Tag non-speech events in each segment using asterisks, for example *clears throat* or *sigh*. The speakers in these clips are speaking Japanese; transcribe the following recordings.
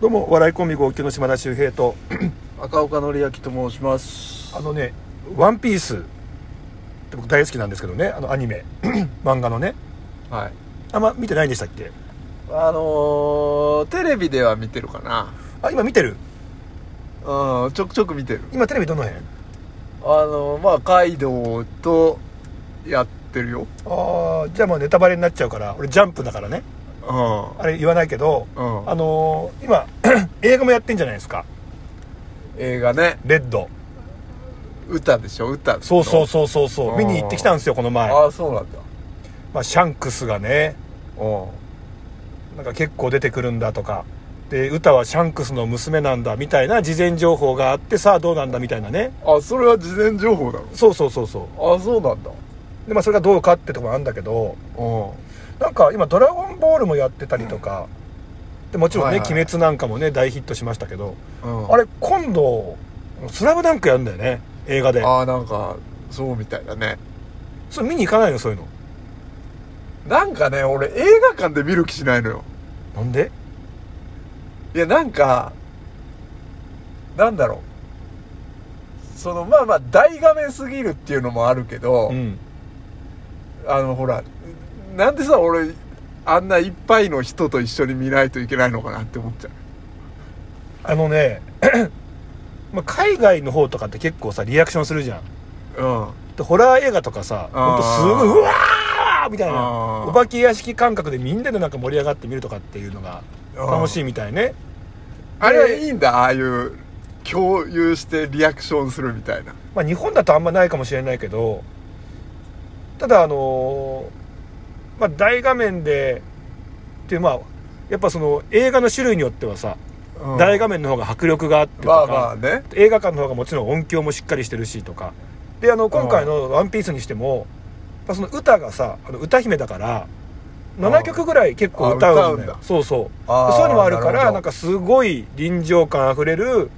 どうも笑いコンビ号泣の島田秀平と赤岡典明と申しますあのね「ワンピースって僕大好きなんですけどねあのアニメ *clears throat* 漫画のねはいあんま見てないんでしたっけあのー、テレビでは見てるかあ今見てるなうんちょくちょく見てる今テレビどの辺あのー、まあカイドウとやってるよああじゃあもうネタバレになっちゃうから俺ジャンプだからねうんあれ言わないけど、うんあのー今 *clears throat* 映画もやってんじゃないですか映画ねレッド歌でしょ歌そうそうそうそうそうあー見に行ってきたんですよこの前、ああそうなんだまあ、シャンクスがねうんなんか結構出てくるんだとかで歌はシャンクスの娘なんだみたいな事前情報があってさあどうなんだみたいなねあそれは事前情報だそうそうそうそろあそうなんだうでまあそれがどうかってとこもあるんだけどうなんか今「ドラゴンボール」もやってたりとかでもちろんね、はいはい鬼滅」なんかもね大ヒットしましたけど、ん、うん、あれ今度「スラムダンクやるんだよね映画でああなんかそうみたいだねそれ見に行かないのそういうのなんかね俺映画館で見る気しないのよなんでいやなんかなんだろうそのまあまあ大画面すぎるっていうのもあるけど、うんあのほらなんでさ俺あんないっぱいの人と一緒に見ないといけないのかなって思っちゃうあのね *clears throat* まあ海外の方とかって結構さリアクションするじゃんうんでホラー映画とかさほんあーとすごいうわーみたいなあーお化け屋敷感覚でみんなでなんか盛り上がってみるとかっていうのがうん楽しいみたいねあれはいいんだああいう共有してリアクションするみたいなまあ日本だとあんまないかもしれないけどただあのーまあ大画面でっていうまあやっぱその映画の種類によってはさ、うん大画面の方が迫力があってとか、まあまあね映画館の方がもちろん音響もしっかりしてるしとかであの今回の「ワンピースにしてもやっぱその歌がさあの歌姫だから7曲ぐらい結構歌あうん歌だうんよだそうそうあーそういうのもあるかなるらほどなんかすごい臨場感あふれる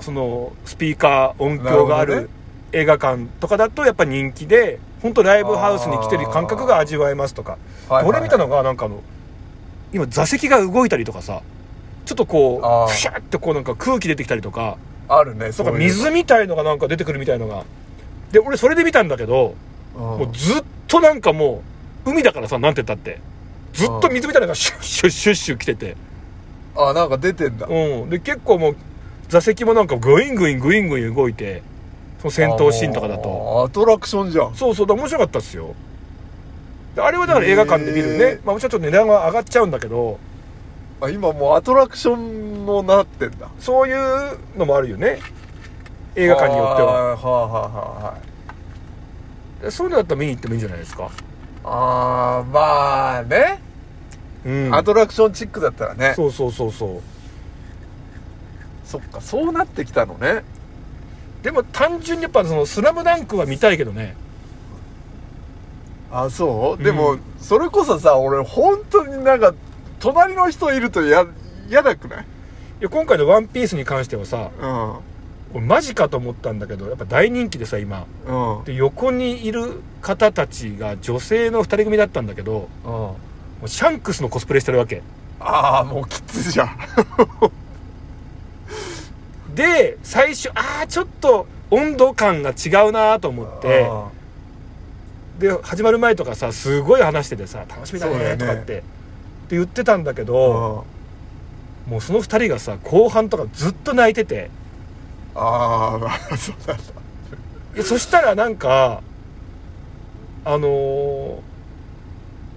そのスピーカー音響があなるるほどね映画館とかだとやっぱ人気で本当ライブハウスに来てる感覚が味わえますとかはいはいはい俺見たのがなんかあの今座席が動いたりとかさちょっとこあーうふしゃってこうなんか空気出てきたりとかあるねそなうんかいうの水みたいのがなんか出てくるみたいのがで俺それで見たんだけど、うんもうずっとなんかもう海だからさなんて言ったってずっと水みたいなのがシュッシュッシュッシュッ来てて、あなんか出てんだうん、で結構もう座席もなんかグイングイングイングイン動いてその戦闘シーンとかだあとのーアトラクションじゃんそうそうだから面白かったっすよであれはだから映画館で見るへねー、まあ、もちろんちょっと値段は上がっちゃうんだけどあ今もうアトラクションもなってんだそういうのもあるよね映画館によってはあーはあはあはあはいでそういうのだったら見に行ってもいいんじゃないですかあーまあね、うんアトラクションチックだったらねそそうそうそうそうっかそうなってきたのねでも単純にやっぱその「スラムダンクは見たいけどねあそう、うんでもそれこそさ俺本当になんか隣の人いるとや嫌だくないいや今回の「ワンピースに関してはさうんうん俺マジかと思ったんだけどやっぱ大人気でさ今うんで横にいる方たちが女性の2人組だったんだけどもうシャンクスのコスプレしてるわけああもうきついじゃんで最初ああちょっと温度感が違うなと思ってあで始まる前とかさすごい話しててさ「楽しみだそうだね」よねとかって、って言ってたんだけーどもうその2人がさ後半とかずっと泣いてて。あーまあそうなんだでそしたらなんかあのー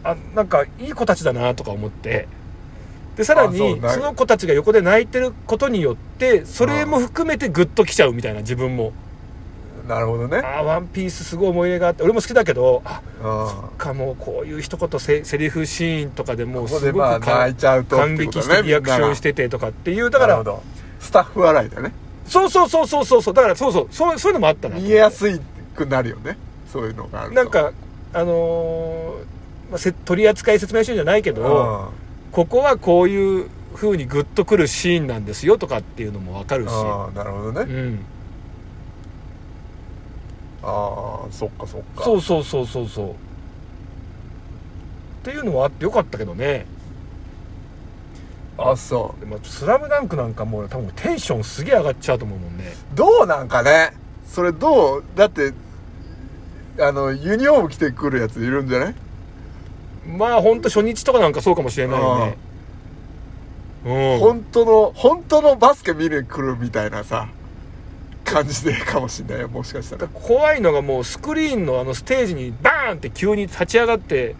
あなんかいい子たちだなとか思ってでさらにあそうそなの子たちが横で泣いてることによってそれも含めてグッときちゃうみたいな自分もなるほどねああーワンピースすごい思い入れがあって俺も好きだけどあうんかもうこういう一言セセリフシーンとかでもうこすこでごくまあか泣いちゃうと感激してリアクションしててとかっていうだだかかららスタッフ笑いだねそうそうそうそうそうそうだからそうそうそうそういうのもあったな見えやすいくなるよねそういうのがあるとなんかあのーまあせ取扱説明書じゃないけうど、ここはこういう風にグッとくるシーンなんですよとかっていうのもわかるし、んうんなるほどうねん、ああそっかそっかそうそうそうそうそうっていうのはあってよかったけどねあそでも「スラムダンクなんかもう多分テンションすげえ上がっちゃうと思うもんねうどうなんかねそれどうだってあのユニフォーム着てくるやついるんじゃないまあほんと初日とかなんかそうかもしれないよねうん本当の本当のバスケ見に来るみたいなさ感じでかもしんないよもしかしたら怖いのがもうスクリーンのあのステージにバーンって急に立ち上がって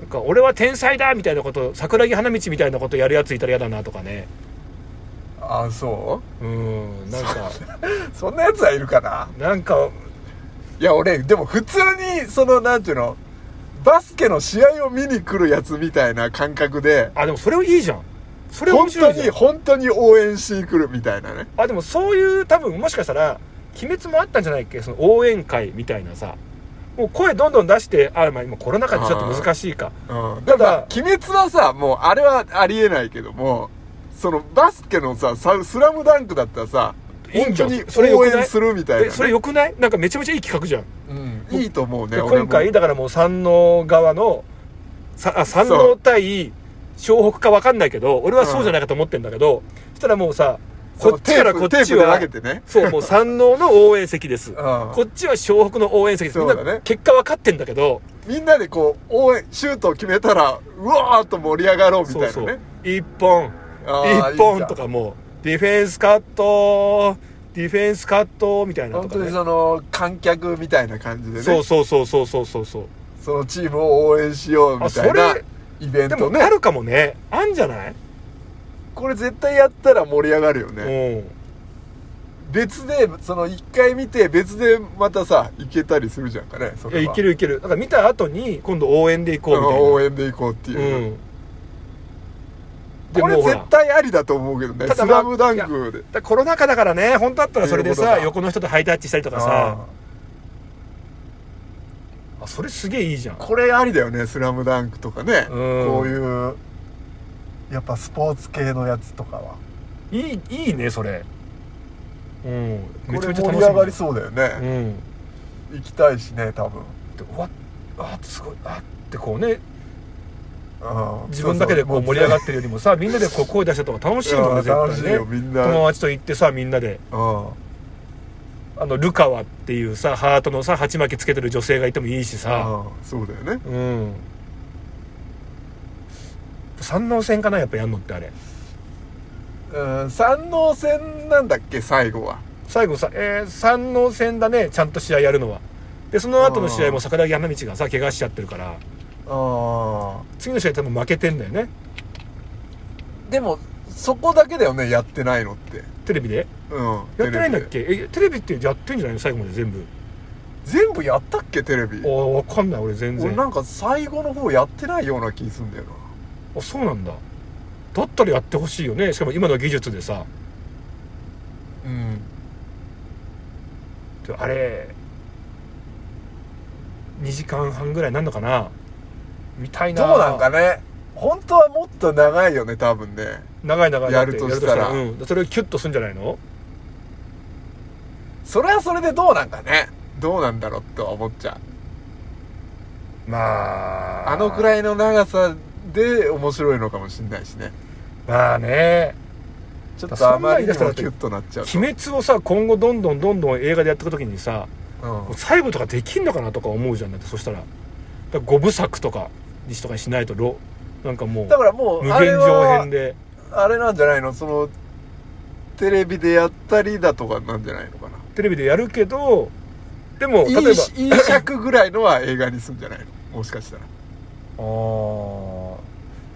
なんか俺は天才だみたいなこと桜木花道みたいなことやるやついたら嫌だなとかねあそうんなんかうそんなやつはいるかななんかいや俺でも普通にそのなんていうのバスケの試合を見に来るやつみたいな感覚であでもそれいいじゃんそれ面本白当いじゃんに本当に応援しに来るみたいなねあでもそういう多分もしかしたら鬼滅もあったんじゃないっけその応援会みたいなさもう声どんどん出してあまあ今コロナ禍でちょっと難しいかうんただだから「鬼滅」はさもうあれはありえないけどもそのバスケのさ「サスラムダンクだったらさいいん本じゃ当んにそれ良応くない援するみたいな、えね、それよくないなんかめちゃめちゃいい企画じゃんうん、いいと思うねで俺も今回だからもう山王側のさあ山王対湘北か分かんないけど俺はそうじゃないかと思ってんだけど、そしたらもうさそこのっちからこっテープちテーはプで投げてねそうもう山王の応援席です、こっちは湘北の応援席です、みんそうなだね結果分かってんだけどみんなでこう応援シュートを決めたらうわーっと盛り上がろうみたいなそうねそう一本あー一本といいじゃかんもうディフェンスカットディフェンスカットみたいなと本か当にねその観客みたいな感じでねそうそうそうそうそうそうそうそのチームを応援しようみたいあなそれイベンでもトねあるかもねあんじゃない、これ絶対やったら盛り上がるよねうん別でその1回見て別でまたさ行けたりするじゃんかねそいやれいはけるいけるだから見た後に今度応援で行こうみたいな応援で行こうっていう、うんでこれもうほら絶対ありだと思うけどね「ただスまあラムダンクでだからコロナ禍だからね本当だったらそれでそういうこさとだ横の人とハイタッチしたりとかさあそれすげえいいじゃんこれありだよね「スラムダンクとかね、うんこういうやっぱスポーツ系のやつとかはいいいいねそれうんこめれちゃめちゃ楽しみ盛り上がりそうだよね、うん行きたいしね多分、でうわあすごいあってこうねうん、自分だけでこう盛り上がってるよりもさみんなで *laughs* こう声出したとか楽しいもんねいや楽絶しい対ねよみんな友達と行ってさみんなでうんあのルカワっていうさハートのさ鉢巻きつけてる女性がいてもいいしさうんそうだよねうん山王戦かなやっぱやんのってあれうん山王戦なんだっけ最後は最後さ、えー山王戦だねちゃんと試合やるのはでその後の試合も桜木花道がさ怪我しちゃってるからあ次の試合多分負けてんだよねでもそこだけだよねやってないのってテレビでうんやってないんだっテレビでけえテレビってやってんじゃないの最後まで全部全部やったっけテレビああわかんない俺全俺然なんか最後の方やってないような気すんだよなあそうなんだだったらやってほしいよねしかも今の技術でさうんであれ2時間半ぐらいなんのかなみたいなどうなんかね本当はもっと長いよね多分ね長い長いやるとしたらやるとうん、それをキュッとするんじゃないのそれはそれでどうなんかねどうなんだろうとは思っちゃうまああのくいらいの長さで面白いのかもしれないしねまあねちょっとあまりにもキュッとなっちゃうと、鬼滅をさ今後どんどんどんどん映画でやっていく時にさうんもう最後とかできんのかなとか思うじゃんだってそしたらだから五部作とかにしとかにしないとろなんかもうだからもう無あれ限上は編であれなんじゃないのそのテレビでやったりだとかなんじゃないのかなテレビでやるけどでもいい例えばいい尺ぐらいのは映画にすんじゃないのもしかしたらあー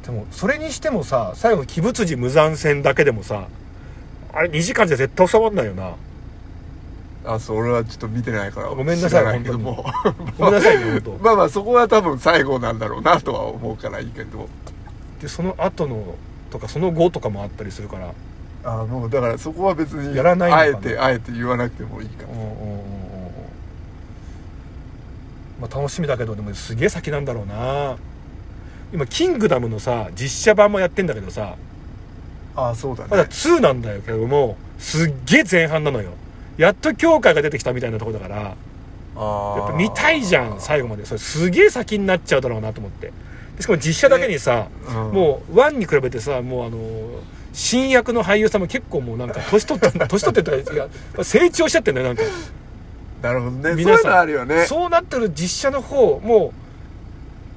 でもそれにしてもさ最後の鬼仏寺無惨戦だけでもさあれ2時間じゃ絶対収まんないよなあそう俺はちょっと見てないからごめんなさい知らけども *laughs* ごめんなさいね本まあまあそこは多分最後なんだろうなとは思うからいいけど当でその後のとかその後とかもあったりするからあもうだからそこは別にやらないのあえかなてあえて言わなくてもいいかうもんうんうんうんうんまあ楽しみだけどでもすげえ先なんだろうな今「キングダム」のさ実写版もやってんだけどさあそうだまだ2なんだけどもすっげえ前半なのよやっと教会が出てきたみたいなとこだからあやっぱ見たいじゃん最後までそれすげえ先になっちゃうだろうなと思ってしかも実写だけにさ、うんもう1に比べてさもうあの新役の俳優さんも結構もうなんか年取って年取ってとか違う成長しちゃってんだよ *laughs* なんかなるほどねそうい皆さんうのあるよねそうなってる実写の方もう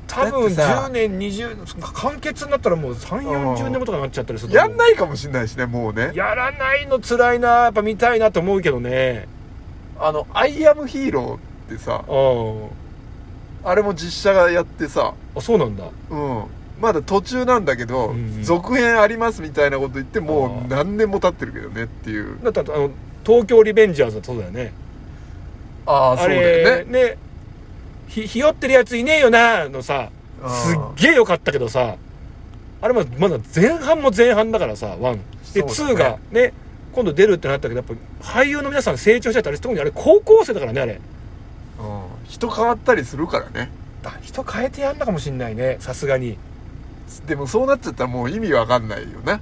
多だっ分てさ10年20完結になったらもう3うん4 0年後とかになっちゃったりするとや思うんないかもしれないしねもうねやらないの辛いなやっぱ見たいなと思うけどねあの「アイ・アム・ヒーロー」ってさうんあれも実写がやってさあそうなんだうんまだ途中なんだけど、うんうん続編ありますみたいなこと言ってもあーう何年も経ってるけどねっていうだったらあの東京リベンジャーズだとそうだよねああそうだよれねねひひよってるやついねえよなのさあーすっげえよかったけどさあれままだ前半も前半だからさ1で、そうだね2がね今度出るってなったけどやっぱ俳優の皆さん成長してたり特にあれ高校生だからねあれうん、人変わったりするからねあ人変えてやんだかもしんないねさすがにでもそうなっちゃったらもう意味わかんないよね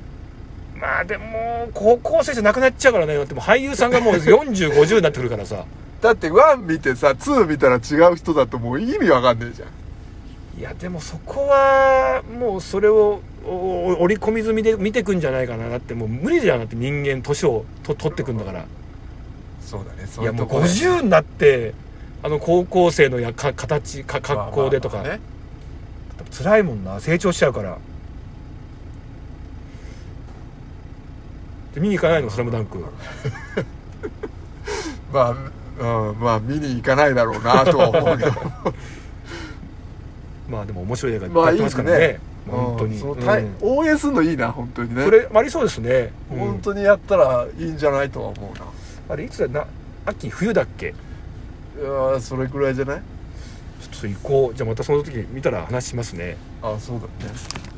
まあでも高校生じゃなくなっちゃうからねだってもう俳優さんが *laughs* もう4050になってくるからさだって1見てさ2見たら違う人だともう意味わかんねえじゃんいやでもそこはもうそれをおお織り込み済みで見てくんじゃないかなだってもう無理じゃんだって人間年をと取ってくんだからそうだねそいやもうで50になってあの高校生のやか形か格好でとか、まあまあまあね辛いもんな成長しちゃうからで見に行かないの「スラムダンクまあ、うん、まあ見に行かないだろうなとは *laughs* 思うけどまあでも面白い映画いっぱいまやあってますからね,、いいね本当に、うんそのうん対応援するのいいな本当にねそれありそうですね、うん本当にやったらいいんじゃないとは思うなあれいつだな秋冬だっけいやーそれくらいじゃないちょっと行こうじゃあまたその時見たら話しますねあそうだね